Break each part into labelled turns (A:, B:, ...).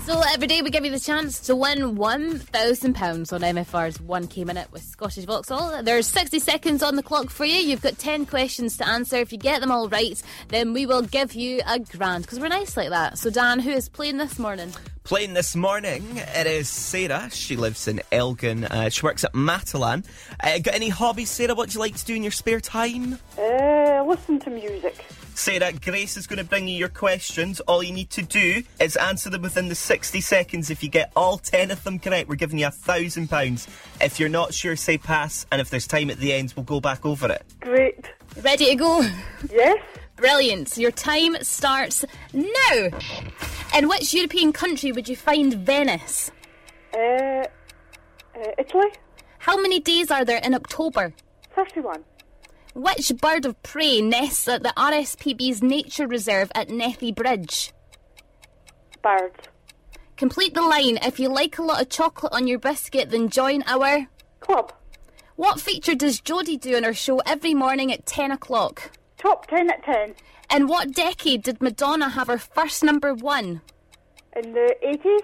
A: So every day we give you the chance to win £1,000 on MFR's 1K Minute with Scottish Vauxhall. There's 60 seconds on the clock for you. You've got 10 questions to answer. If you get them all right, then we will give you a grand because we're nice like that. So, Dan, who is playing this morning?
B: Playing this morning, it is Sarah. She lives in Elgin. Uh, she works at Matalan. Uh, got any hobbies, Sarah? What do you like to do in your spare time?
C: Uh, listen to music.
B: Sarah, Grace is going to bring you your questions. All you need to do is answer them within the 60 seconds. If you get all 10 of them correct, we're giving you a thousand pounds. If you're not sure, say pass, and if there's time at the end, we'll go back over it.
C: Great.
A: Ready to go?
C: Yes.
A: Brilliant. Your time starts now. In which European country would you find Venice?
C: Uh, uh, Italy.
A: How many days are there in October?
C: Thirty-one.
A: Which bird of prey nests at the RSPB's nature reserve at Nethy Bridge?
C: Bird.
A: Complete the line. If you like a lot of chocolate on your biscuit, then join our.
C: Club.
A: What feature does Jodie do on her show every morning at 10 o'clock?
C: Top ten at ten
A: In what decade did Madonna have her first number one?
C: in the eighties.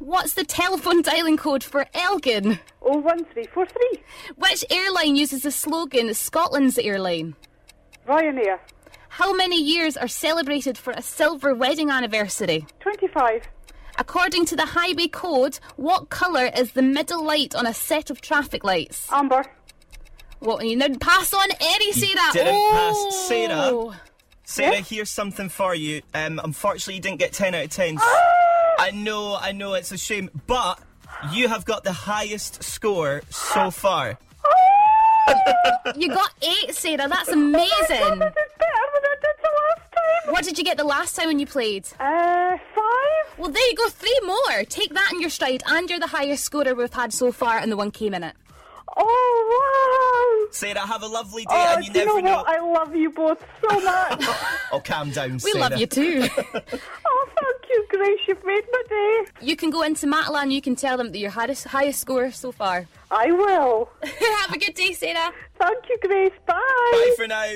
A: What's the telephone dialing code for Elgin?
C: Oh one three four three.
A: Which airline uses the slogan Scotland's airline?
C: Ryanair.
A: How many years are celebrated for a silver wedding anniversary?
C: Twenty-five.
A: According to the highway code, what colour is the middle light on a set of traffic lights?
C: Amber.
A: Well, you didn't pass on any, Sarah.
B: didn't
A: oh.
B: pass, Sarah. Sarah,
C: Yes?
B: here's something for you. Um, unfortunately, you didn't get 10 out of 10.
C: Ah!
B: I know, I know, it's a shame, but you have got the highest score so far.
A: You got eight, Sarah. That's
C: I
A: amazing.
C: did Oh, better than I did the last time.
A: What did you get the last time when you played?
C: Uh, five.
A: Well, there you go, three more. Take that in your stride, and you're the highest scorer we've had so far in the 1K minute.
C: Oh wow.
B: Sarah, have a lovely day,
C: Oh,
B: and
C: do
B: you
C: you know
B: never
C: what? I love you both so much.
B: Oh, calm down,
A: We
B: Sarah.
A: love you too.
C: oh, thank you, Grace. You've made my day.
A: you can go into Matla and you can tell them that you're highest, highest scorer so far.
C: I will.
A: Have a good day, Sarah.
C: Thank you, Grace.
B: Bye for now.